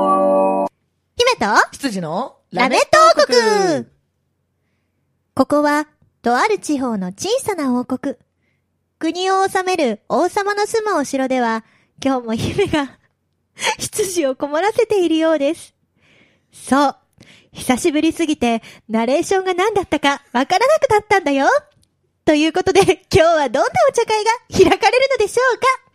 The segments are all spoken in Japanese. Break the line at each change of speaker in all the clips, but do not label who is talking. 姫と
羊の
ラメット王 国ここは、とある地方の小さな王国。国を治める王様の住むお城では、今日も姫が、 羊を困らせているようです。そう。久しぶりすぎて、ナレーションが何だったかわからなくなったんだよ。ということで、今日はどんなお茶会が開かれるのでしょうか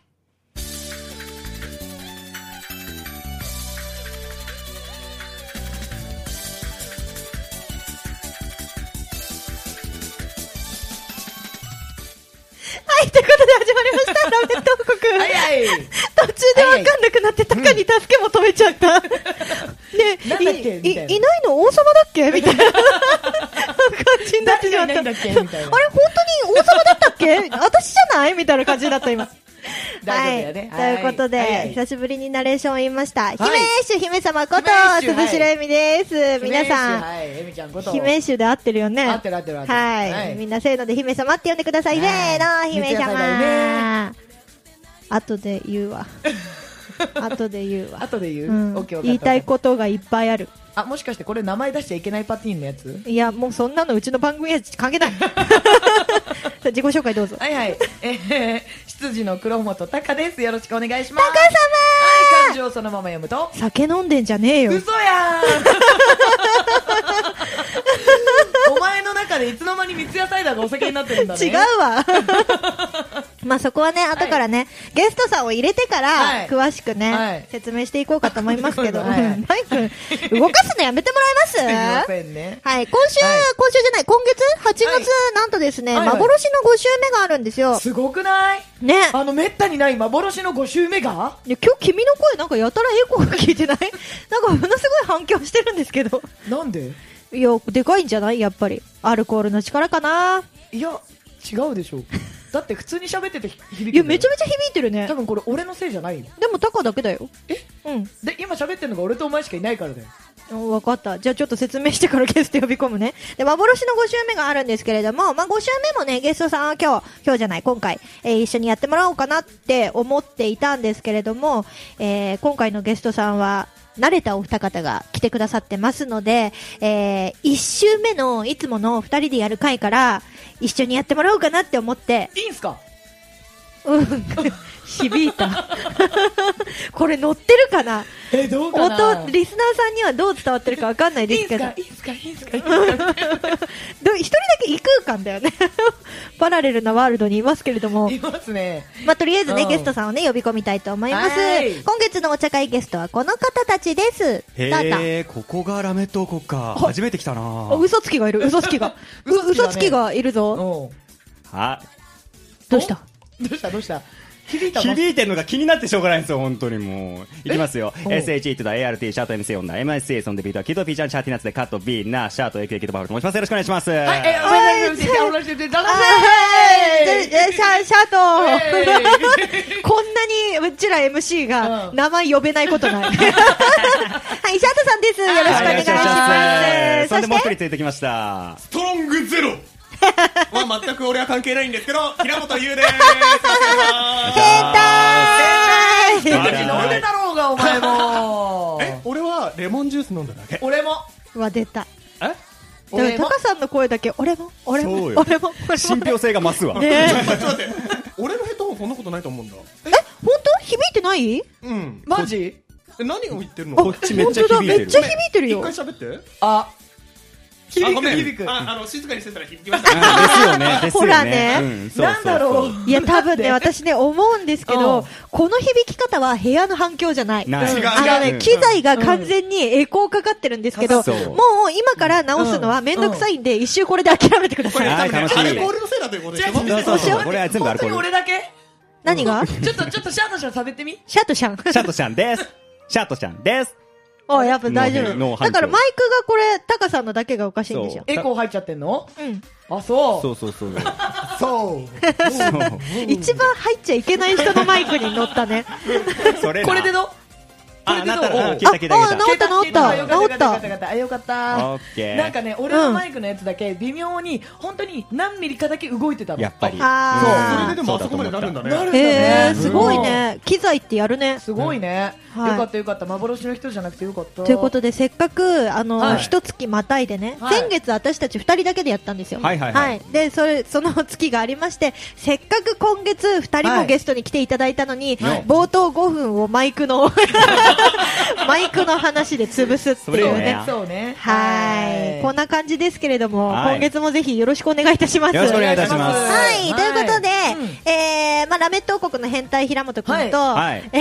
はい、ということで始まりました、ラメット王国。
はいはい
途中でわかんなくなって、たかに助け求めちゃった。ね、
なんだっけ
い
みたいない
いないの王様だっけみたいな感じになってしまった。
誰がいないんだっけみたいな
あれ、本当に王様だったっけ私じゃないみたいな感じになった、今。
大丈夫だよね
はい、ということで、
はいはい
久しぶりにナレーションを言いました。姫
はい
主姫様こと、
姫主はい
鈴代恵美です。 皆さん、
はい、えみちゃんこと。
姫主で合ってるよね。
合ってる合ってる合ってる
はい。
はい
みんなせーので姫様って呼んでください。
はい
せーの、姫
言ってくださ
様。後で言う わ。後で言うわ。
後で言う、
うん
オッケー
言いたいことがいっぱいある。
と。あ、もしかしてこれ名前出しちゃいけないパティーンのやつ
いや、もうそんなのうちの番組は関 係ない。さあ自己紹介どうぞ。
はい はい。えー、羊の黒本隆です。よろしくお願いしま
タ
す。
カ
はい、漢字をそのまま読むと。
様酒飲んでんじゃねえよ。
嘘やんお前の中でいつの間に三ツ矢サイダーがお酒になってるんだね。
違う わ。まあそこはね、後からね、ゲストさんを入れてから
は、い
詳しくね、
はい
説明していこうかと思いますけど、
あそういうことね
マイク、動かすのやめても
すい
らえま
ますせんね。
はい、今週、
はい
今週じゃない、今月、8
は
月、なんとですね、
はいはい
幻の5週目があるんですよ。
すごくない
ね。
あの、めったにない幻の5週目が
いや今日君の声なんかやたらエコーが聞いてない なんかものすごい反響してるんですけど。
なんで
いや、でかいんじゃないやっぱり。アルコールの力かない
や、違うでし ょう。だって普通に喋ってて響く。
いや、めちゃ
め
めちゃ響いてるね
多。分これ俺のせいじゃないよ。
でもタカだけだよ。
え
うん。
で、今喋ってるのが俺とお前しかいないからだよ。
おわかった。じゃあちょっと説明してからゲスト呼び込むね。で、幻の5週目があるんですけれども、まあ5週目もね、ゲストさんは今日、今日じゃない、今回、えー一緒にやってもらおうかなって思っていたんですけれども、えー今回のゲストさんは、慣れたお二方が来てくださってますので、え1週目のいつもの2人でやる回から、一緒にやってもらおうかなって思って、
いいんすか
うん、響いた。 これ乗ってるかな
え、どうかな
音、リスナーさんにはどう伝わってるかわかんない
い
で
い
す
ん
け
す
ど
か。いいんすかいいんすかいいんす か
ど一人だけ異空間だよね。 パラレルなワールドにいますけれども。
いますね。
まあ、とりあえずね、
うん
ゲストさんをね、呼び込みたいと思います
はい。
今月のお茶会ゲストはこの方たちです。タータン
へえ、ここがラメット王国か。
あ
初めて来たな
あ、嘘つきがいる。嘘つきが。う
嘘つきだね
嘘つきがいる
う
ぞ。
ん。
は
どうした
どうしたどうした響いたの
響いてるのが気になってしょうがないんですよ、本当にもう。いきますよ。
おう
SHE とだ ART、シャート MC 女、MSA、そんでビートはキドピーちゃん、シャーティナッツでカット B、な、シャート AKK とバールと申します。よろしくお願いします。
はい、え、お
はい
前先生、お前先生、だ
あーじゃじゃシャシャート こんなにうちら MC が
うん
名前呼べないこと ない。はい、シャートさんです。よろしくお願いします。
そ
そ
んでもう一
して
人、ついてきました。
ストロングゼロまあ全く俺は関係ないんですけど、平本優です。
変態
はい
飲んでたろうが、お前も。
え、俺はレモンジュース飲んだだけ。
俺も。
は出た。
え
だから
俺
タ
も。
カさんの声だけ俺も俺も
そう
俺
よ
も俺も
信憑性が増すわ。
ねえ
ちょっと待って、ちょっと待って。俺のヘッドホンそんなことないと思うんだ。
え本当響いてない
うん。
マジ
え、何を言ってるの
こっちめっちゃ響
本
いて
当だめっ
る
ち。ゃ響いてるよ
一回喋って。
あ、
あ、
響
ご
く、
めん
響く。
あ、あの、静かにしてたら響きました。
うんですよね、ですよね。
ほらね
うんそうそう
な
そ
んだろう。
いや多 分ね私ね思うんですけ
う
ど
ん
この響き方は部屋の反響じゃない
ない
うん
違う
あの
う
ね
ん
機材が完全にエコーかかってるんですけども
そう
う今から直すのは面倒くさいんで一周これで諦めてくだ
こ
さ
れ
い
は
多分ね、
い楽しい
アルコールのせいだということでしょ
違う違う違う
そうそ
待
う
って
これは全部アルコ
本当
ール
に俺だけ
何が
ちょっと、ちょっと、シャートシャー喋ってみ
シャットシャン
シャートちゃんです。シャートちゃんです。
あやっぱ大丈
脳
夫
反
だ
響
からマイクがこれタカさんのだけがおかしいんですよ
エコー入っちゃってんの
うん
あ、そう。
そうそうそう。
そう。
そう
一番入っちゃいけない人のマイクに乗ったね
それな
これでどうこれでどう
あなったな
お
聞いた聞いた聞いた
ああ治った治った
よかったよかったよかったよかったあよかっ
オッケ
た
ー
なんかね俺のマイクのやつだけ微妙に本当に何ミリかだけ動いてたの
やっぱり。
あー
それででもあそこまでなるんだね。
なるんだ
へ
ね
え、すごいね。機材ってやるね。
すごいね
う
よ
んはい
かったよかった幻の人じゃなくてよかった
ということで、せっかく、あの、
はい
一月またいでね、
はい
先月私たち二人だけでやったんですよ。
はいはいはい
で、それ、その月がありまして、せっかく今月二人
は
も
い
ゲストに来ていただいたのに、
はい
冒頭5分をマイクの、 マイクの話で潰すって
それ
いう
よ
ね
ね。
そうね
はい。こんな感じですけれども、
はい
今月もぜひよろしくお願いいたします。
よろしくお願いいたします
はい、ということで、
は
えー、まあ、ラメット王国の変態平本くんと、
はいはい
え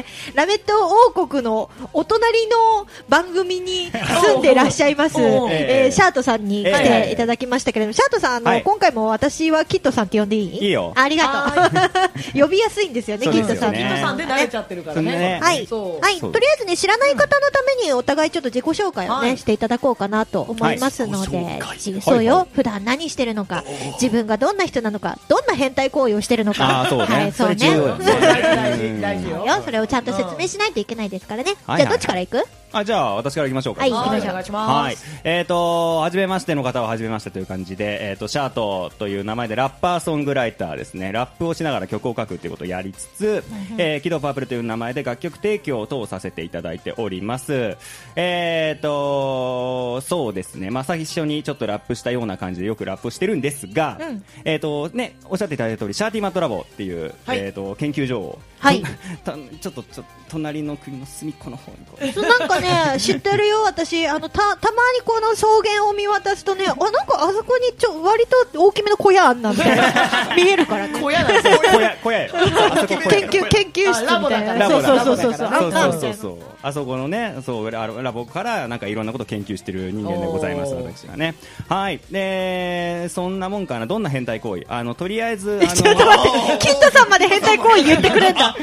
ーラメット王国のお隣の番組に住んでらっしゃいます、
おうおうおう
えーシャートさんに来
え
て
え
いただきましたけれども、シャートさん、あの、
はい
今回も私はキットさんって呼んでいい
いいよ
ありがとう。 呼びやすいんですよね、
そう
キ
で
ッ
すよ
トさ
ね
ん。
キットさんで慣れちゃってるからね
ね
はい、
そう
はい、
そ
と
う
りあえずね、知らない方のために、お互いちょっと自己紹介をね、
はい
していただこうかなと思いますので。
はい自
じ
介
そうよ、
はいは
普段何してるのか、自分がどんな人なのか、どんな変態行為をしてるのか。
あーそうね
はい、そうね。
それ重要
そ
だ
う
ね
そう大事大事大事よ
よ、それをちゃんと説明しないといけないですからね。
うん
じゃあ、どっちから行く。
あ、じゃあ、私から行きましょうか。
はい行きま
は
しょ
いうお願いしま
はい
す。
えっ、と、はじめましての方ははじめましてという感じで、えっ、と、シャートという名前でラッパーソングライターですね。ラップをしながら曲を書くということをやりつつ、えー、キドパープルという名前で楽曲提供等をさせていただいております。えっ、と、そうですね。まあ、最初にちょっとラップしたような感じでよくラップをしてるんですが、
うん
えっ、と、ね、おっしゃっていただいた通り、シャーティマットラボっていう、
はい
えっ、と、研究所を、
はい。
たちょっと、ちょっと、隣の国の隅っこの方にこう、
そうなんか ね、知ってるよ、私、あの、た、たまにこの草原を見渡すとね、あ、なんか、あそこに、ちょ、割と大きめの小屋あんなみたい な。見えるからね。
小屋なんですよ
小屋、小屋よ。あそこ小屋
研究、研究室みたいな。
あラ
そう
ボ
そう
だ
そうそうそう。
ラボだ
あんな
そうそ
み
う
たいうな
そそうあそこのねそうララボからなんかいろんなことを研究してる人間でございます
おー
私がねはいでそんなもんかなどんな変態行為あのとりあえず
ちょっと
あ
待って、キッドさんまで変態行為言ってくれんだ。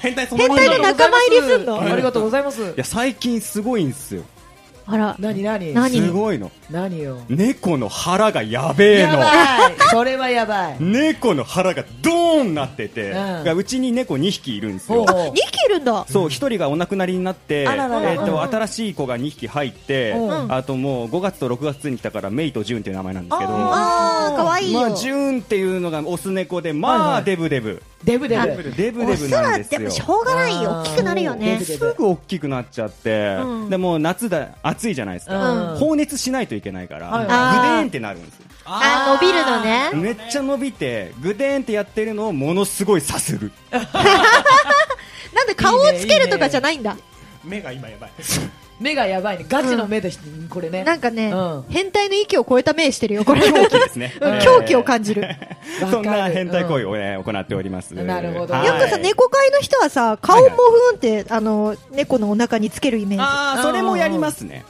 変態そのもの
変態で仲間入りすんの
ありがとうございます
のいや最近すごいんですよ
あら、
何何
何
すごいの
何よ
猫の腹がやべえ
や
の
ばいそれはやばい
猫の腹がドーンなってて、
うん
うちに猫2匹いるんですよ
ほう
2匹いるんだ。
そう一人がお亡くなりになって、
あららら
えー
うん
と新しい子が2匹入って、
うん
あともう5月と6月に来たからメイとジュンっていう名前なんですけど、
あ
あー、かわいいよ。
まあジューンっていうのがオス猫で
はい
ま
は
あ
い
デブデブ、
デブデ
あ
ブ
デブデ
オ
ブ
ス
な
は
んで
でも
す
し
よ。
ょうがないよ。
あー
大きくなるよね
デ。ブデ
すぐ大きくなっちゃって、
うん
でもう夏だ暑いじゃないですか、
うん
放熱しないといけないから、
はい
グデーンってなるんですよ
あー、伸びるのね。
めっちゃ伸びてグデーンってやってるのをものすごいさする
なんで顔をつけるとかじゃないんだ。
目が今やばい。
目がやばいねガチの目でしこれね
なんかね
うん、
変態の域を超えた目してるよ、 これ。狂気
ですね
狂気を感じる。よ
わかる
そんな変態行為を、ね行っております
なるほど
はい
よ
くさ、猫界の人はさ、顔もふんって、あの、猫のお腹につけるイメージ。
ああそれもやりますね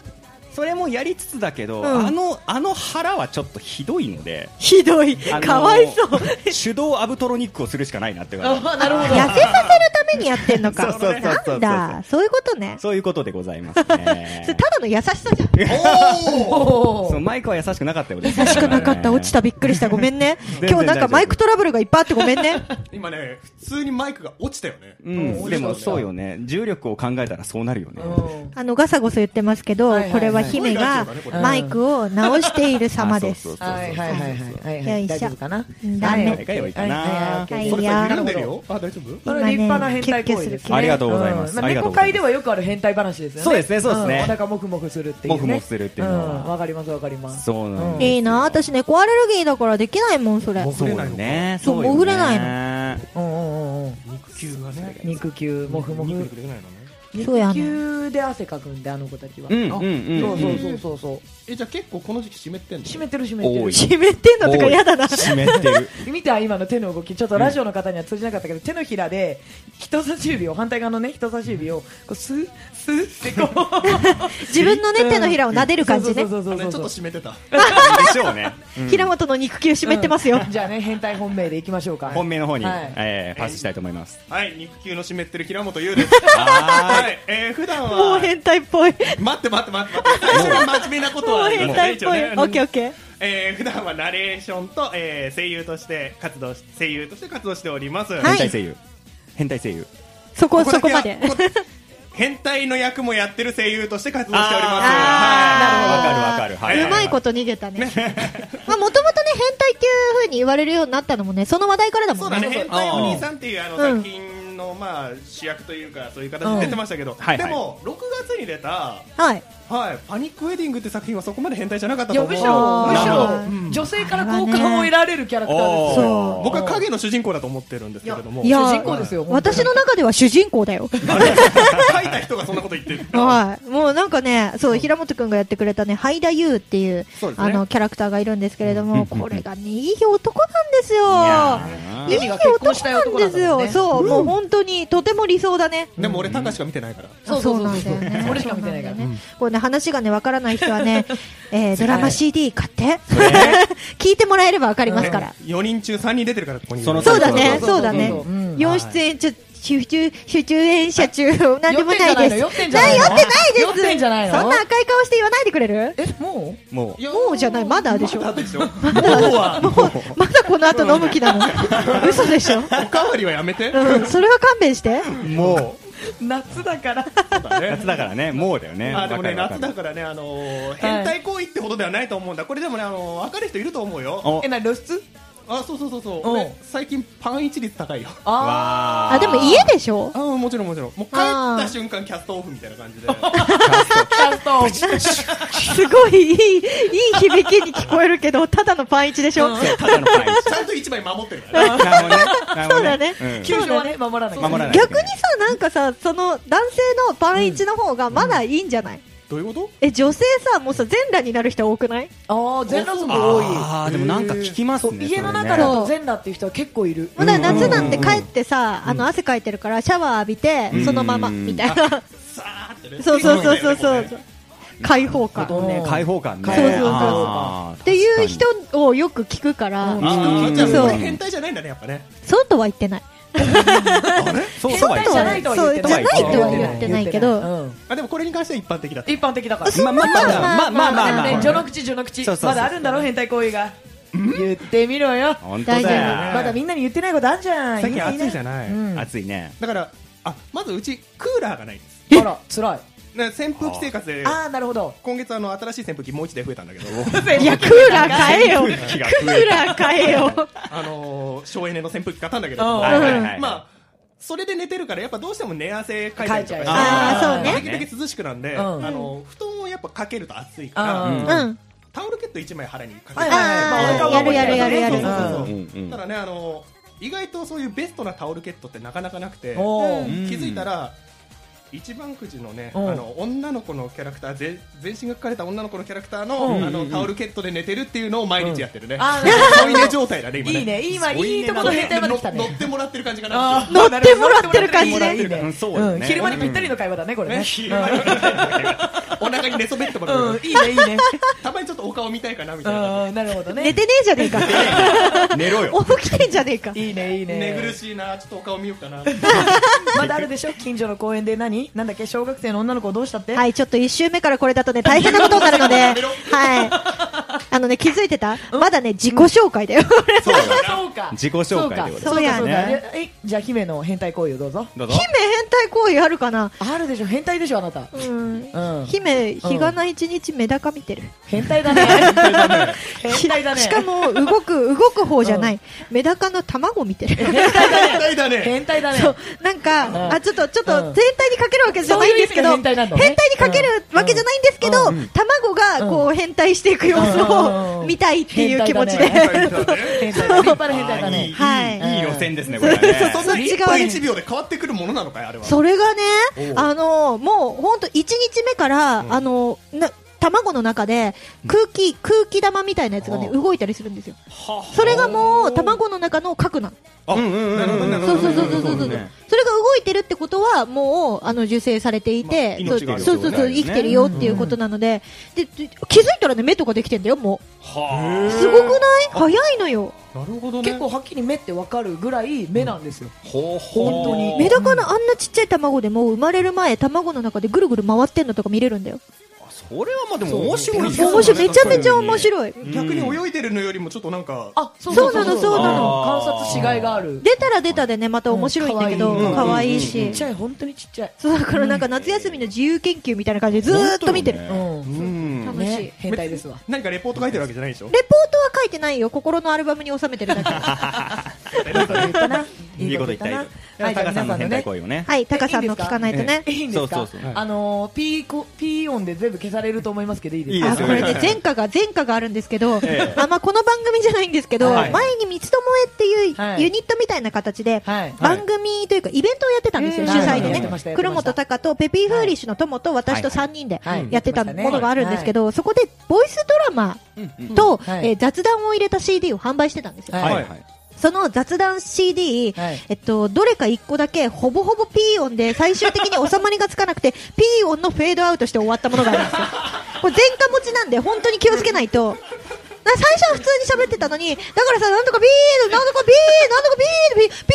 それもやりつつだけど、
うん
あのあの腹はちょっとひどいので
ひどい。
あのー
かわいそう。
手動アブトロニックをするしか ないなって感じ
あなるほど
痩せさせるためにやってんのか。
そうそうそうそうそう
なんだ、そういうことね。
そういうことでございますね
それただの優しさじゃん。優
お
そう
ー
マイクは優しくなかったよね
しくなかった、落ちた、びっくりした、ごめんね。
然
今日なんかマイクトラブルがいっぱいあってごめんね。
今ね、普通にマイクが落ちたよね。
うん、でもそうよね重力を考えたらそうなるよね
うん
あの、ガサゴサ言ってますけど、
はいはいはい
これは姫が
すごいラジオだねこれ
マイクを直している様で
あそう
す。
そう
はいはいはいはいはい
よ
は
いしょ
い大丈夫かな
ダメ
はいはいはいはい
はい
それ
や
さ、睨んでるよ。あ、大丈夫
これ立派な変態行為ですね
ありがとうございます
ん
ありが
猫
とうござ
界
います
ではよくある変態話ですよね
そうですねそうですね
んお腹もくもくするっていうね
もくもくするっていうのは
んわかりますわかります
そうなん
いいな、私猫アレルギーだからできないもん、それ。
そうよね
そう
よね
潜れない
うんうんうんうん
肉球がね。
肉球もふも
肉
ふ
くれないのね。
そうや
肉
ね。
球で汗かくんであの子たちは
うん
あ
うんうん
そうそうそうそうそう
え、じゃあ結構この時期湿ってんの
湿ってる湿って
多
る
い
湿ってんのとか嫌だな。
おい湿ってる
見た今の手の動きちょっとラジオの方には通じなかったけど、手のひらで人差し指を反対側のね人差し指をこうスースーってこう
自分の ね、手のひらを撫でる感じね。
そうそう
あ
そうそ
れ
う
ちょっと
っ
湿ってた。
でしょ うね、うん
平本の肉球湿ってますよ。
じゃあね変態本命でいきましょうか
本命の方に、
はい
えーパスしたいと思います
はい、肉球の湿ってる平本優です。
は
はい、えー、普段
もう
は。
変態っぽい。も
待って待って待って待って。最初に真面目なことは
う
ね。
変態っぽい。オッケーオッケー。
えー、普段はナレーションと、えー、声優として活動し声優として活動しております。
はい
変態声優変態声優
そこ、
ここだ
そこ
けは
まで。
こ変態の役もやってる声優として活動しております。
あー
は
なるほど
わかるわかる。。
うまいことと逃げたね。 まあ、もともとね、変態っていう風に言われるようになったのもね、その話題からだ
い。
も
そうんだね、
ね。
変態お兄さんっていうあの
うん
作品のまあ主役というかそういう形で出てましたけど、
はい
でも6月に出た
はい。
はいパニックウェディングって作品はそこまで変態じゃなかった
い
と
や
思う。
むしろ
あー
むし
なる
ろ
ほど
うん女性から好感を得られるキャラクターですよ
そ
僕は影の主人公だと思ってるんですけれども、
いや
主人公ですよ本当に
私の中では主人公だ よ。
書いた人がそんなこと言ってる。
はい。もうなんかね、そう、平本くんがやってくれたね、ハイダユーっていう、
そうですね
あの、キャラクターがいるんですけれども、これがね、いい男なんですよ。
い
い
や
い男なんですよ。そう、もう本当に、とても理想だね。
でも俺タカしか見てないから。
そうそうそう
あなんだよね。
俺しか見てないから
そうなんだよね。こうね、話がね、わからない人は ね、えードラマ CD 買って、聞いてもらえればわかりますから。
4人中3人出てるからここにいる。
その
そうだね、そう
そそうそうそう
うだね
そうそうそうう。ん
要出演中、集中、集中演者中、なんでもないです。
酔ってんじゃないの
酔ってないです。
酔ってんじゃないの
そんな赤い顔して言わないでくれる
えも
もう。
もうじゃない、まだでしょ。
だってでしょ。
まだ、もう、 まだこの後飲む気な の。嘘でしょ。
おかわりはやめて。
うん、それは勘弁して。
も
う夏だから
う。夏だからね、もうだよね。
あでもね
わか
夏
る
だ
わかる
からねあのー変態行為ってほどではないと思うんだ。これでもねあのー分かる人いると思うよ。
お
えな露出
あそうそうそうそう。
うん
俺最近パン一率高いよ。
あ
わー
あ、でも家でしょ
あもちろんもちろん。 もう帰った瞬間キャストオフみたいな感じで。
あキ ャスト
すごいいい、いい響きに聞こえるけど、ただのパンイチでしょ、
そうただのパン
ちゃんと一枚守ってるからね。
チ。なるほどね。なるほど
そうだね
ん
球場はね守らない
守らない
逆にさ、なんかさ、その男性のパンイチの方がまだいいんじゃない、
どういうこと？
え、女性さ、もうさ、全裸になる人多くない
あー全裸族多い
あーでもなんか聞きますね。
家の中だ
それね
と全裸っていう人は結構いる
もうだから夏なんて帰ってさ、あの、汗かいてるから、シャワー浴びて
う、ん
そのまま、みたいな。
さーって ね。
そうそうそうそう
こ
そ
ね
う。開放感。
とね
開放感
そ
ね。
うそうそうそう
あー
っていう人をよく聞くから、
うん
あー
うん
じゃあ
そう
これ変態じゃないんだねやっぱね。
そうとは言ってない。
確かにあれそうそうは
変態じゃないとは言ってない
そうじゃないとは
言ってないけど
うん
あでもこれに関しては一般的だった。
一般的だから
まあまあまだまあまあまあまあ
ね
まあ。
序の口序の口
そうそうそう
まだあるんだろ変態行為が言ってみろよ
本当
大
だ
丈
まだみんなに言ってないことあんじゃん
最近暑いじ
ゃ
ゃない。
よ。
ん
暑いね。
だからあまずうちクーラーがないんです。
あら辛い
ね扇風機生活で
ああなるほど
今月あの新しい扇風機もう一台増えたんだけど。
いや、クーラー買えよ。クーラー買えよ。
あのー、省エネの扇風機買ったんだけど、
うん
ま
はいはいはい。
あ、それで寝てるから、やっぱどうしても寝汗かいたりとか
かい
して、
ちゃ
うあーそうね
できるだけ涼しくなんで、
うん
あのー布団をやっぱかけると暑いから、
う
う。
んうん
タオルケット1枚腹にかけて、
はいはい
あー、やるやるやるやる。
そうそうそう
うんうんうん
ただね、あのー意外とそういうベストなタオルケットってなかなかなくて、
お
う
ー
気づいたら、一番くじのね、あ
うん
の女の子のキャラクターぜ全身が書かれた女の子のキャラクターの,、
うん
あのタオルケットで寝てるっていうのを毎日やってるね、
んあ ーなるほど
添い寝状態だね今ね
いいね今いいとこの変態まで来た
乗っ
ね
てもらってる感じか
あ
な
ー
乗ってもらってる感じね
いいねいい
うん
ね
そうだね
ん昼間にぴったりの会話だねこれ
ね
ね
お腹に寝そべってもらう、
うんいいねい いね
たまにちょっとお顔見たいかなみたいな、
うんなるほど
寝
ね
てねえじゃねえか。
寝ろよ。
起きてんじゃねえか。
いいねいいね
寝苦しいなちょっとお顔見ようかな
まだあるでしょ近所の公園で何なんだっけ小学生の女の子をどうしたって
はいい、ちょっと一周目からこれだとね、大変なことになるの で、はい。あのね、気づいてたまだね、自己紹介だよ。
そうだね
そうか
自己紹介ってこと
そう
そう
や
か
ね
そうかえじゃあ姫の変態行為をどうぞ
どうぞ
姫。変態行為あるかな
あるでしょ変態でしょあな た
うん。
うん
姫、日がな一日メダカ見てる。
変態だね変態だね
しかも、動く、動く方じゃない。メダカの卵見て る。
変態だ
変
ね
態だね
変態だね
そうなんか、
ん
あちょっとちょっ
う
と
ん
全体にかけるわけじゃないんですけど、
そういう意味の変態なんだね
変態にかけるわけじゃないんですけど、卵がこう変態していく様子
うん
を見たいっていう気持ちで、
変態だね
変
変態だ
態だね
ね立派な変態だ
あーいい
ね
はい
いい予選ですね、これはね。
そんな
そっち
1
側
分
ね
1秒で変わってくるものなのかいあれは
それがね
おう
あのもう本当1日目から、あのな卵の中で空気、空気玉みたいなやつがね動いたりするんですよそれがもう卵の中の核なの
あうんうんうん
なるほどなるほ
そう
ど
そうそうそうそうそう、
ね
それが動いてるってことはもうあの受精されていて、そ
まあ
う
命がある
そうそうそう
状態ですね
生きてるよっていうことなので、でで気づいたらね目とかできてんだよもう
は
すごくない早いのよ
なるほどね
結構はっきり目ってわかるぐらい目なんですよ
あ。ほう
本当に
メダカのあんなちっちゃい卵でもう生まれる前卵の中でぐるぐる回ってんのとか見れるんだよ
これはまあでも面白いですよね
面白い、めちゃめちゃ面白い。
逆に泳いでるのよりもちょっとなんか、
あそう
そうなのそう
なの
あー観察しがいがある
出たら出たでね、また面白いんだけど、
うん
可愛い
ち
し
っ。ちゃい本当にちっちゃい
そうだからなんか夏休みの自由研究みたいな感じでずーっと見てる。レポー
う
うんん
楽しい
ね変態ですわ
何かレポート書いてるわけじゃないでしょ
トは書いてないよ。心のアルバムに収めてるだけ。
いいこと言ったいいこと言ったタカさんの変態行為をね
はい、タカさんの聞かないとね。
いいんですか
そうそうそう
あのー、ピーコピー音で全部消されると思いますけどいいです
いい
か
で
あ
すよ
これね、前科が、前科があるんですけど、
ええ
あ、まあ、この番組じゃないんですけど、
はい
前に三つ巴ってい
は
う
い
ユニットみたいな形で、
はい
番組というかイベントをやってたんですよ、
うん
主催で
はいやってました
ね。
やって
黒
ました
本隆とペピーフーリッシュの友と私と3人で
はいはい
やってた
はい
ものがあるんですけど、そこでボイスドラマと
うんはい
えー雑談を入れた CD を販売してたんですよ。
はい
はいはい
その雑談 CD、
はい
えっと、どれか1個だけほぼほぼピー音で最終的に収まりがつかなくて、ピー音のフェードアウトして終わったものがあるん ですよ。これ前科持ちなんで本当に気をつけないと。な最初は普通に喋ってたのに、だからさ、なんとかビーなんとかビーなんとかビーピーピー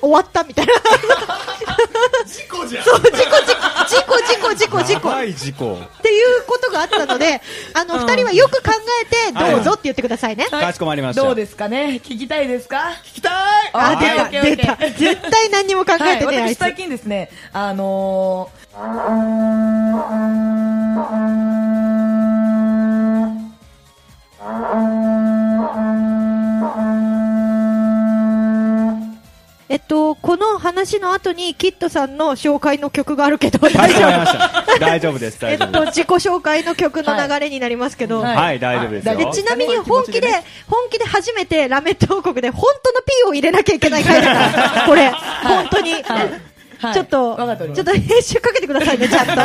終わったみたいな。
事故じゃん
そう、事故、事故、事故、事故、事故。
やばい事故
っていうことがあったので、あの、
うん
二人はよく考えて、どうぞって言ってくださいね。
かしこまりました
どうですかね聞きたいですか
聞きたい
あ、
はいオッケーオッ
出
ケー
た、出た。絶対何にも考
は
え
い、
てない、あい
私
つ。
最近ですね、あの
えっと、この話の後に、キッドさんの紹介の曲があるけど、大
かしこまり
丈
ました大丈夫です
夫。えっ
大丈
と、
夫です
自己紹介の曲の流れになりますけど、
ー
いはい大丈夫ですよ
あ大丈夫
でちなみに
そういう気持
本
ち
気で、本気で初めてラメット王国で本当の P を入れなきゃいけない回だ から、これ、本当に。
はい
ちょっと、
わかっております
ちょっと編集かけてくださいね、ちゃん と。よ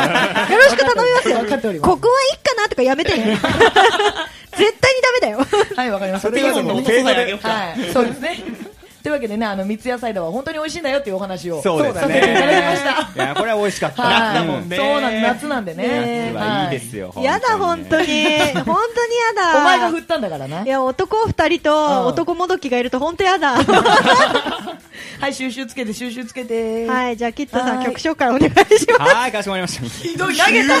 ろしく頼みますよ。
わかっております
ここはいっかなとかやめて ね。絶対にダメだよ。
はい、わかりました。
ピー音の音素材あげようか
はい、そうですね。 というわけでね、あの三ツ矢サイダーは本当に美味しいんだよっていうお話を
そうです
させていただきまし
ねい
た。
やこれは美味しかった
はい、
夏だもんね
そうなん夏なんでね。
夏
は
はいいですよ
やだ、本当
に
に。本当にやだ。。
お前が振ったんだからない
や、男二人
うん
と男もどきがいると本当やだ。
はい、収集つけて、収集つけて。い。
はい、じゃあ、キッドさ
は
ん
い
曲紹介お願いします。
はいかしこまりまし
ひどい、投げた、投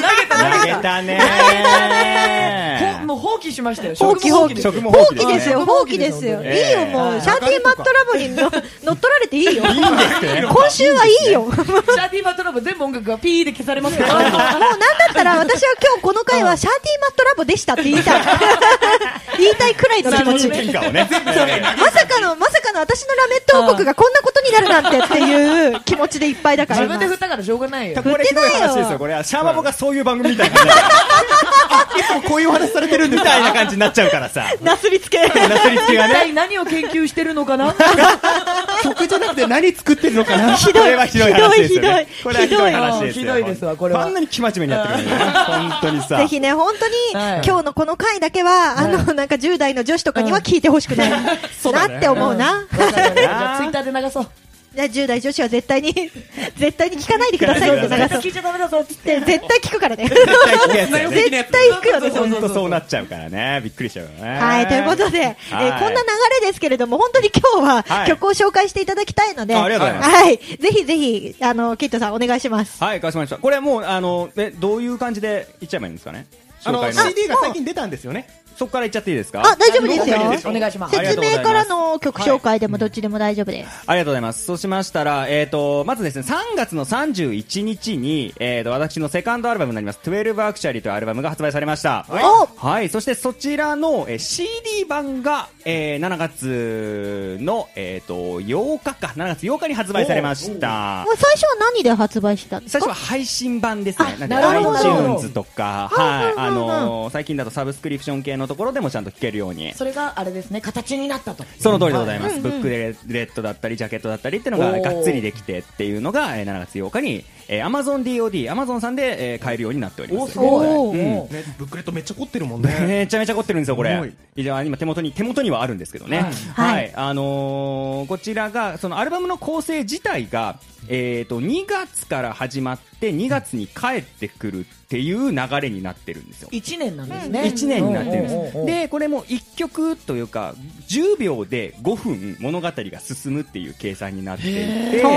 げた、
た投
投
げ
げた。
たね
ほもう放棄しましたよ。
放棄
職務ですよ
食も
放
放棄
棄ですよ、放
放
棄で
棄ですす
よ。
よ
いいよ、も
え
う、
え
シャーティーマットラボにの乗っ取られていいよ。
ね
今週はいいよ。もう
シャーティーバトラブ全部音楽がピーで消されますから。
なんだったら私は今日この回はシャーティーマットラボでしたって言いたい。言いたいくらいの気持ち。
金貨をね
まさかの、まさかの私のラメット王国がこんなことになるなんてっていう気持ちでいっぱいだから
自
今。
分で振ったからしょうが ないよ。
これひどい話ですよこれはシャーマボがそういう番組みたいな感じ
いつもこういうお話されてるんで
みたいな感じになっちゃうから さ
なすりつけ。
なすりつけが
一
ね
体何を研究してるのかな
曲じゃなくて何作ってるのかな
ひ
こ
ど
れ
い
は、ひどい話ですよね
ひ
こ
どいひど
れはひどい
い。
話ですよ
ひどいですわこれは
あんなに生真面目にやってくるのね本当にさ
ぜひね、本当に、
はい
今日のこの回だけは、あの、なんか10代の女子とかには聞いてほしくない。なって思うな。
わかるじゃあツイッターで流そう。
じゃあ10代女子は絶対に、 絶対に聞かないでくださいって流そう。
聞いちゃダメだぞっつって。
絶対聞くからね。
絶対聞くやつだ よね
絶対聞くよね。
そう
本当そうなっちゃうからねびっくりしちゃうよね
はい、ということで、えー
はい
こんな流れですけれども、本当に今日
は
はい曲を紹介していただきたいので、
あありがとうございます
はい、ぜひぜひ、あの、キットさんお願いします。
はいかしこまりましたこれもうあのえどういう感じでいっちゃえばいいんですかね
あ
紹
の
介の
CD が最近出たんですよね
そこからいっちゃっていいですか
あ、大丈夫です
あ了解です
よ。
お願いします。
ありが
説
とうございま
明
す
からの曲紹介でもどっちでも大丈夫です。
ありがとうございます。そうしましたら、えっ、と、まずですね、3月の31日に、えっ、と、私のセカンドアルバムになります、12 Actually というアルバムが発売されました。
お
はい。そして、そちらの、えー CD 版が、えー7月の、えっ、と、8日か、7月8日に発売されました
も。う最初は何で発売してたんです
最初
か
は配信版ですね。なんで
なるほど
iTunes とか、はい。
はいはいはい
あのー最近だとサブスクリプション系のところでもちゃんと聴けるように。
それがあれですね、形になったと。
その通りでございます、ブックレレッドだったりジャケットだったりっていうのが
おー
がっつりできてっていうのがえー7月8日に、えー、AmazonDOD、Amazon さんで、えー買えるようになっております
すごい
おー
うん
ねブックレットめっちゃ凝ってるもんね
めちゃめちゃ凝ってるんですよ、こ
重
れ
い。
いや今手元に、手元にはあるんですけどね。
うん
はい。あのーこちらが、そのアルバムの構成自体が、えっ、と、2月から始まって、2月に帰ってくるっっていう流れになってるんですよ。
1年なんですね
1年になってるん
おうおうおうお
です
う
でこれも1曲というか10秒で5分物語が進むっていう計算になっていて
ほ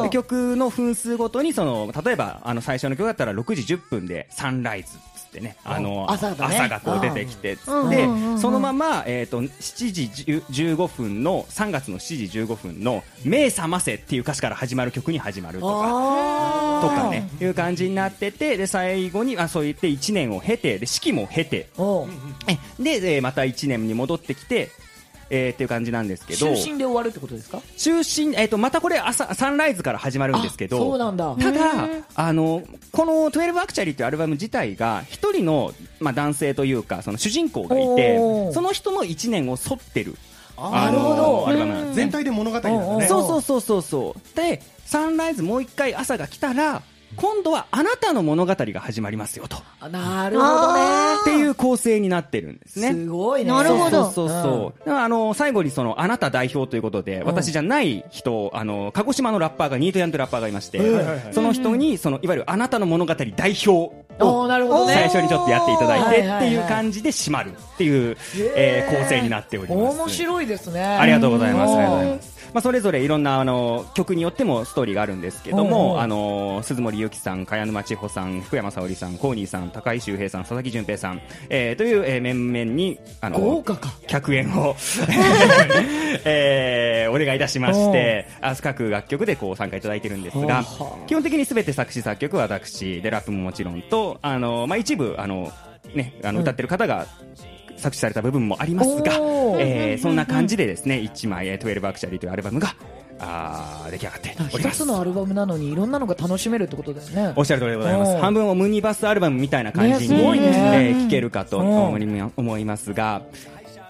ーすごい
曲の分数ごとにその例えばあの最初の曲だったら6時10分で「サンライズ」っつってねあの
朝だね
がこう出てきてっつ
うん
って
うんうんうん
そのまま、えー、と7時10 15分の3月の7時15分の「目覚ませ」っていう歌詞から始まる曲に始まるとか。
あ
と
ー
かね、いう感じになってて、で、最後に、あ、そう言って1年を経て、で、式も経て、
おう
で、えーまた1年に戻ってきて、えーっていう感じなんですけど、
中心で終わるってことですか
中心えーと、またこれ朝、サンライズから始まるんですけど、
あそうなんだ
た
う
だ
ん、
あの、この12アクチャリーというアルバム自体が、一人の、まあ、男性というか、その主人公がいて
おー、
その人の1年を沿ってる、
あ
なるほど
のアルバムなんですね
全体で物語なん
お
だ
う
ね
お
そうそうそうそうそう。で、サンライズもう一回朝が来たら、今度はあなたの物語が始まりますよと。
あなるほどね
っていう構成になってるんですね。
すごいね
なるほど
そうそうそうそう。あの、最後にその、あなた代表ということで、私じゃない人、あの、鹿児島のラッパーが、ニートヤンというラッパーがいまして、その人に、その、いわゆるあなたの物語代表
おー
を、
なるほどね
最初にちょっとやっていただいて
おー
っていう感じで締まるっていう、えー構成になっております。
面白いですね
ありがとうございます。
ん
ありがとうございます。まあ、それぞれいろんなあの曲によってもストーリーがあるんですけど
うん
も、あの鈴森由紀さん、茅沼千穂さん、福山沙織さん、コーニーさん、高井周平さん、佐々木純平さん、えーという、えー面々にあの
豪華か
客演を、 えーお願いいたしまして、あ各楽曲でこう参加いただいてるんですが
ほうほう、
基本的にすべて作詞作曲は私、でラップももちろんと、あのまあ一部あのねあの歌ってる方が作詞された部分もありますが、
おー
えーそんな感じでですね1枚えー「12アクチャリー」というアルバムがあー出来上がっており
一
ます
つのアルバムなのにいろんなのが楽しめるってことだよね
おっしゃる通りでございま
う
す
ん
半分をムニバスアルバムみたいな感じに、
ねすごいね
えー聴けるかと思いま思いますが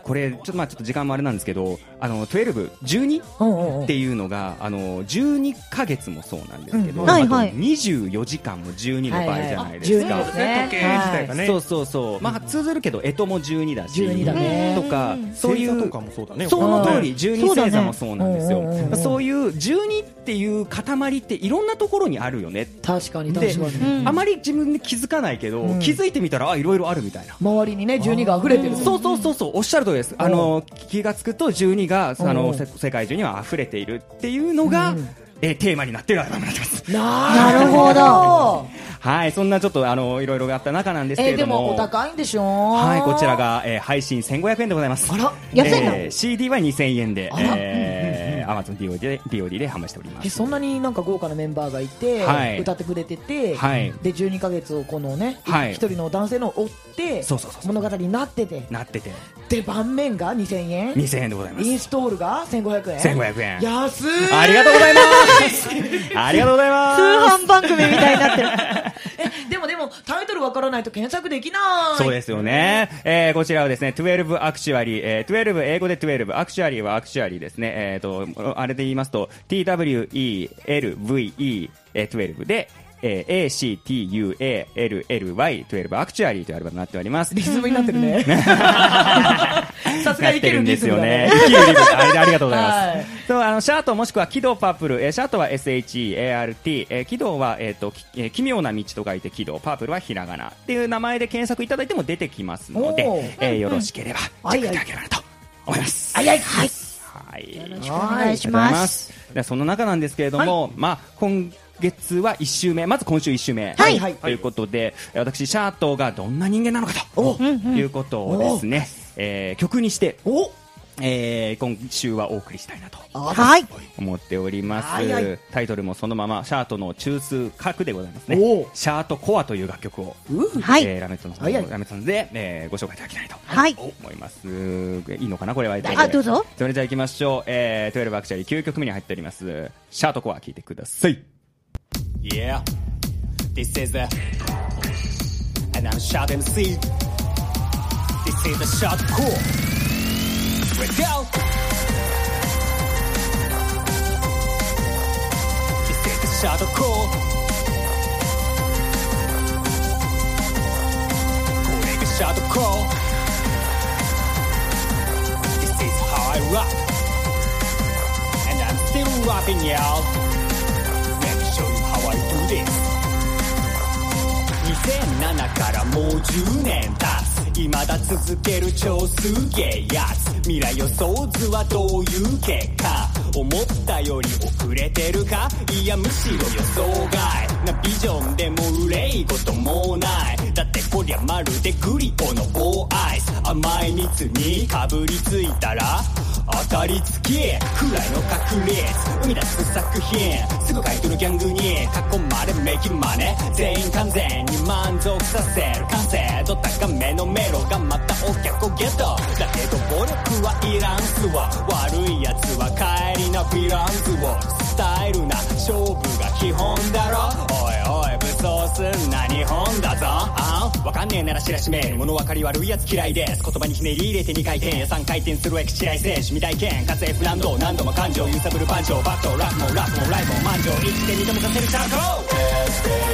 これちょっとまあちょっと時間もあれなんですけどあの1212
うんうんうん
っていうのがあの12ヶ月もそうなんですけ
う
ど、
ん
はい
あと
はい
24時間も12の倍じゃないですか。
ははあ12
そうですね時計自体がね
そうそうそう、まあ、通ずるけど、えとも12だし、
12だね
とか
うん、
そういう、
星座とかもそうだね
その通り、
そ
12
うだね
星座もそうなんですよ、
うんうんうんうん
そういう12っていう塊って、いろんなところにあるよねって、
確かに確
で
かに、
うん
あまり自分で気づかないけど、
うん
気づいてみたら、あ、いろいろあるみたいな。
周りにね12が溢れてる
そうそうそうそうおっしゃる通りです。あの気がつくと12があ
う
の
ん
せ世界中には溢れているっていうのが、
うん
えーテーマになってるアルバムになってます。
な
なるほど
はい、そんなちょっとあのいろいろあった中なんですけ
えー
れ
で
ども、
もお高いんでしょは
はい、こちらが、えー配信1500円でございます。
あら
安いな
えー CD は2000円で、
あら
えー Amazon DOD で DOD で販売しておりま
え
す。
そんなになんか豪華なメンバーがいて、
はい
歌ってくれてて、
はい
で12ヶ月をこのね一、
はい
人の男性のを追って
そうそうそうそう
物語になってて
なってて、
で盤面が2000円
2000円でございま
イン
す。
ストールが1500円
1500円
安い
ありがとうござ います。ありがとうございます。
通 販番組みたいになってる。
えでもでもタイトルわからないと検索できない
そうですよね。えーこちらはですね、12アクチュアリー、えー、12英語で12、アクチュアリーはアクチュアリーですね。えっ、と、あれで言いますと、TWELVE12 で、えー、ACTUALLY12 アクチュアリーというアルバムになっております。
リズムになってるね さすが
やっ
い
て
け
る
る
ん
リ
で
ズ
す
ム
よ
だ
ね
ね。
生きるリズムあれありがとうございます。
はい
そうあのシャートもしくは喜怒パープル、えーシャートは SHEART、えー、喜怒は、えーときえー奇妙な道と書いて喜怒、パープルはひらがなっていう名前で検索いただいても出てきますので
おー、
えーよろしければチ
はい
ェックいただければなと思います。
はいはいはい
はい。
よろしくお願いし
ありがとうござい
ま。
ますす。ではその中なんですけれども、まあ今月は1週目、まず今週1週目、
はい
はい
ということで、私シャートがどんな人間なのかということをですね、えー曲にして、
お
えー今週はお送りしたいなと
はい。
思っております、
はいはい
タイトルもそのままシャートの中枢核でございます
おう
ねシャートコアという楽曲を
う
はい
えーラメットのさん
はいはい
ラメットさんで、えーご紹介いただきたいと
はい
思います、えいいのかなこれは
あどうぞ
それじゃあ行きましょう、えー、12アクチャリー9曲目に入っておりますシャートコア聞いてください
Yeah, this is the. And I'm Shot MC. This is the Shot Cool. We go! This is the Shot Cool. これが Shot Cool. This is how I rap. And I'm still rapping, y'all. Let me show you how I do this. You 2007からもう10年経つ未だ続ける超すげえやつ未来予想図はどういう結果思ったより遅れてるかいやむしろ予想外なビジョンでも憂いこともないだってこりゃまるでグリコの棒アイス甘い蜜にかぶりついたら当たりつきくらいの確率生み出す作品すぐ買い取るギャングに囲まれメイキマネ全員完全に満足させる完成度高めのメロがまたお客をゲットだけど暴力はいらんすわ悪いやつは帰りのヴィランズをスタイルな勝負が基本だろおいおい武装すんな日本だぞあんわかんねえなら知らしめる物分かり悪いやつ嫌いです言葉にひねり入れて2回転3回転するエクチライ選手未体験活躍難度何度も感情揺さぶるパンチをバットラフもラフもライフも満場一致で認めさせるシャーコ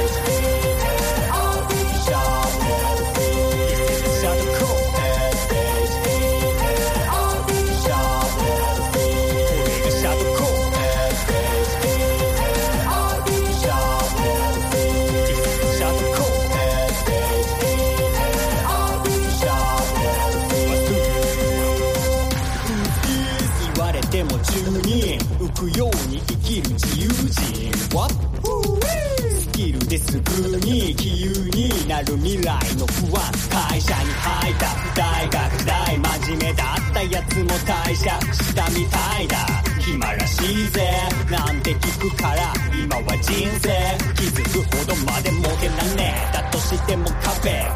シャドコー Shut 言われても10人浮くように生きる自由人はスキルですぐに杞憂になる未来の不安会社に入った大学大真面目だったやつも退社したみたいだ暇らしいぜなんて聞くから今は人生気づくほどまでもけらねえだとしても壁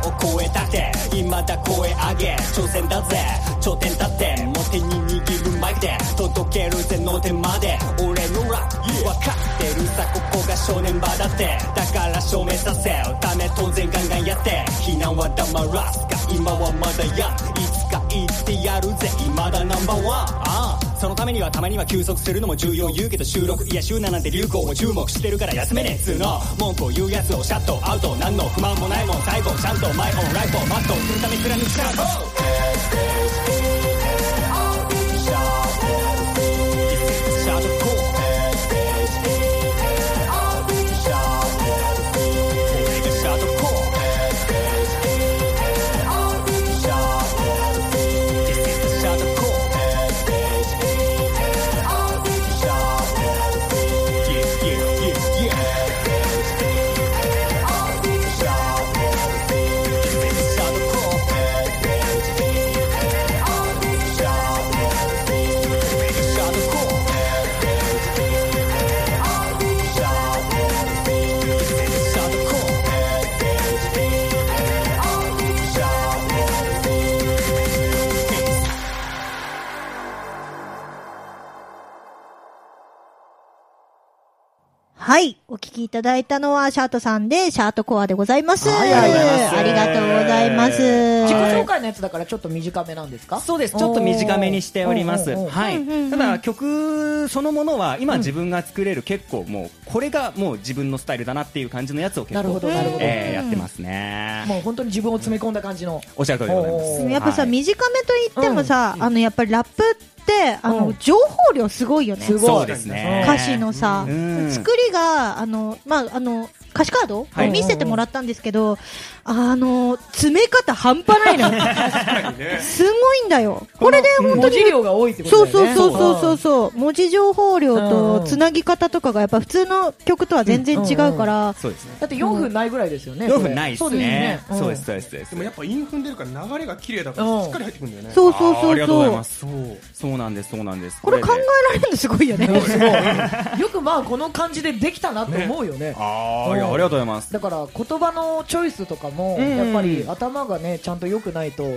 を越えたって今だ声上げ挑戦だぜ頂点立ってもう手に握るマイクで届けるぜの手まで俺のラップ分かってるさここが正念場だってだから証明させるため当然ガンガンやって避難は黙らすか今はまだやいつか言ってやるぜ今だナンバーワンああそのためにはたまには休息するのも重要言うけど収録いや週7なんて流行を注目してるから休めねえっつうの文句を言うやつをシャットアウト何の不満もないもん最後ちゃんとマイオンライフをマットするため貫くシャート Shout out cool. Shout out cool. Shout out cool. Yeah, yeah, yeah, yeah. Shout out cool. Shout out cool. Shout out cool.
はい。お聞きいただいたのは、シャートさんで、シャートコアでございます。
はいありがとうございます
ありがとうございます。
自己紹介のやつだからちょっと短めなんですか
そうですちょっと短めにしております
おーおーおー
はいただ曲そのものは今自分が作れる結構もうこれがもう自分のスタイルだなっていう感じのやつを結構
なるほどなるほど
えーやってますね
もう本当に自分を詰め込んだ感じの
おっしゃる通りでございます
おー
やっぱさ、
はい
短めと言ってもさ、あの、やっぱりラップって、あの、
うん
情報量すごいよね。
すごい
そうですね
歌詞のさ、
うん
作りが、あの、まあ、あの、歌詞カードを
はい
見せてもらったんですけど、あの、詰め方半端ない のよ。すごいんだよ。これで本当
文
に
字量が多いってこ
そ
と
う
だよ
そう
ね
そうそうそうそう文字情報量とつなぎ方とかがやっぱ普通の曲とは全然違うから、
そうですね
だって4分ないぐらいですよね
4分ないです
そうです
ね
ね
そうですそうですそうです
でもやっぱ韻踏んでるから流れが綺麗だからしっかり入ってくるんだよね。
そうそうそうそう
あーありがとうございます
そう。
そうなんですそうなんです
これ考
で
えられるのすごいよね
うんよくまあこの感じでできたなと思うよね
ああいやありがとうございます
だから言葉のチョイスとかも
うん
やっぱり頭がねちゃんと良くないと
そ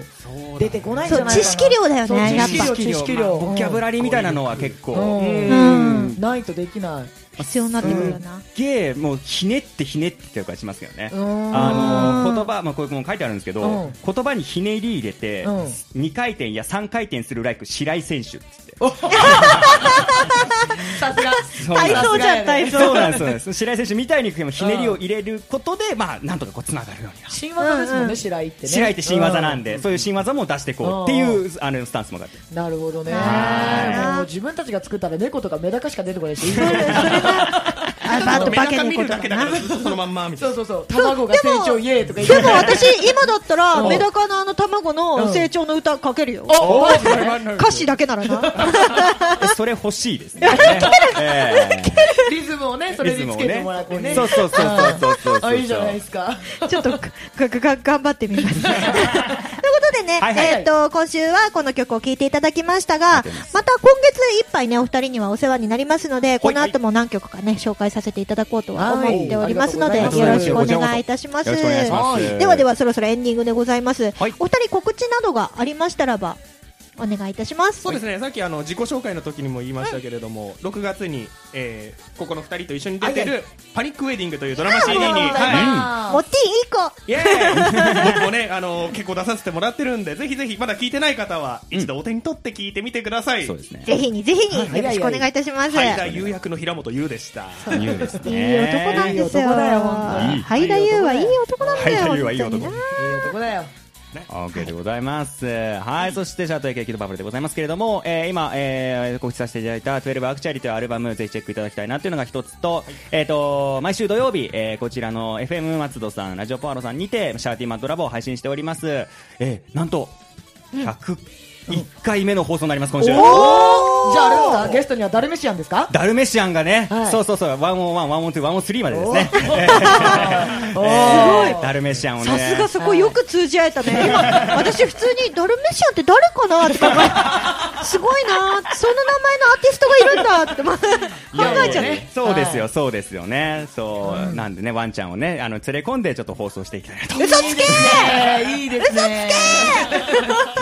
う
出てこないんじゃないか
そう
な
知識量だよね
そう
やっ
知識量
ぱ
知識
まあ
量
ボキャブラリーみたいなのは結構
うん
うん
うん
ないとできない
必要になってくるよな、
ゲーもうひねってひねってっていうかしますけどね
うん
あの言葉、まあ、これも書いてあるんですけど、
うん
言葉にひねり入れて、
うん
2回転や3回転するライク白井選手っつって
さすが
そうなんです
体操じゃん体
そうなんですそうなんです白井選手みたいにひねりを入れることで、まあ、なんとかこうつながるようになる。
新技ですもん
うんう
ね
ん
白井ってね
白井って新技なんで、
う
そういう新技も出していこうっていう、あのスタンスもあってる
なるほどね
はい
もう自分たちが作ったら猫とかメダカしか出てこないし
それがああバーッと
目
バ
中
ケ
見
猫
る
と
だけ
か
だ
な
からずっとそのまんまみた
そ
い
うそうそう卵が成長イエーイとか言
で
って
も私今だったら
うん
メダカのあの卵の成長の歌かけるよ、
おマジで
歌詞だけならな
それ欲しいですね。ええ
リズムをねそれにつけてもらってね
そうそうそうそうそうそうそう
あいいじゃないですか
ちょっとががが頑張ってみ ますということでね、
はいはい
えーっと今週はこの曲を聴いていただきましたがま
ありがとうございま
た今月いっぱいねお二人にはお世話になりますのでこの後も何曲かね紹介させていただこうとは思っておりますので、
はいあり
よ
がとう
ろ
ござ
し
い
く
ま
お
す
願いいたします
よろしくお願いしま
は
す。
ではで
は。
はそろそろエンディングでございます、
はい
お二人告知などがありましたらばお願いいたします
そうですね、さっきあの自己紹介の時にも言いましたけれども、6月に、えーここの2人と一緒に出て
は
る「パニックウェディング」というドラマ CD に、
ありがとうござい
はい
モッティいい子
イエーイ僕もね、あの結構出させてもらってるんで、ぜひぜひ、まだ聞いてない方は、一度お手に取って聞いてみてください。
そうですね。
ぜひにぜひに
はい
よろしくお願いいたします。
はい、大有役の平本優でした。
ニューです
いい男なんですよ。
いい男だよ
いい
ハイダユーはいい男なんだよ。
ハイダユーはいい男
本当にな
こだよ
OK でございます。はい、そして、シャート AK キッドパブルでございますけれども、えー今、えー告知させていただいた12アクチャリというアルバム、ぜひチェックいただきたいなというのが一つと、えっ、と、毎週土曜日、えーこちらの FM 松戸さん、ラジオポアロさんにて、シャーティーマッドラボを配信しております。えーなんと、101回目の放送になります、今週。
おじゃああれなんだゲストにはダルメシアンですか
ダルメシアンがね、
はい
そうそうそう、101、102、103までですね。
お
え ーダルメシアンを
さ
ね。
すがそこよく通じ合えたね。今私普通にダルメシアンって誰かなって考え。すごいな。その名前のアーティストがいるんだってま考えちゃうね。
そうですよ、そうですよね。そう、なんでね、ワンちゃんをね、あの、連れ込んで、ちょっと放送していきたいなと、
嘘つけ
いいですね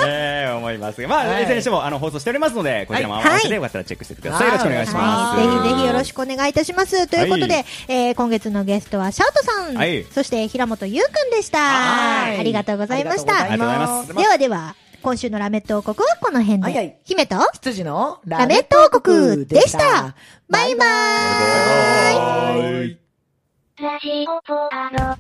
え ー思いますが、まあ、
はい
いずれにしても、あの、放送しておりますので、こちらも合わせてよかったらチェックしてください。
は
よ
い
ろしくお願いします。
はい、ぜひぜひよろしくお願いいたします。ということで、
はい
えー今月のゲストはシャウトさん、
はい
そして平本優くんでした。
はい
ありがとうございまし
あ
た。
り
がとうございます
ではでは、今週のラメット王国はこの辺で、
はいはい
姫と
羊の
ラメット王国でした。バイバーイ
はい
ラジオポアロ。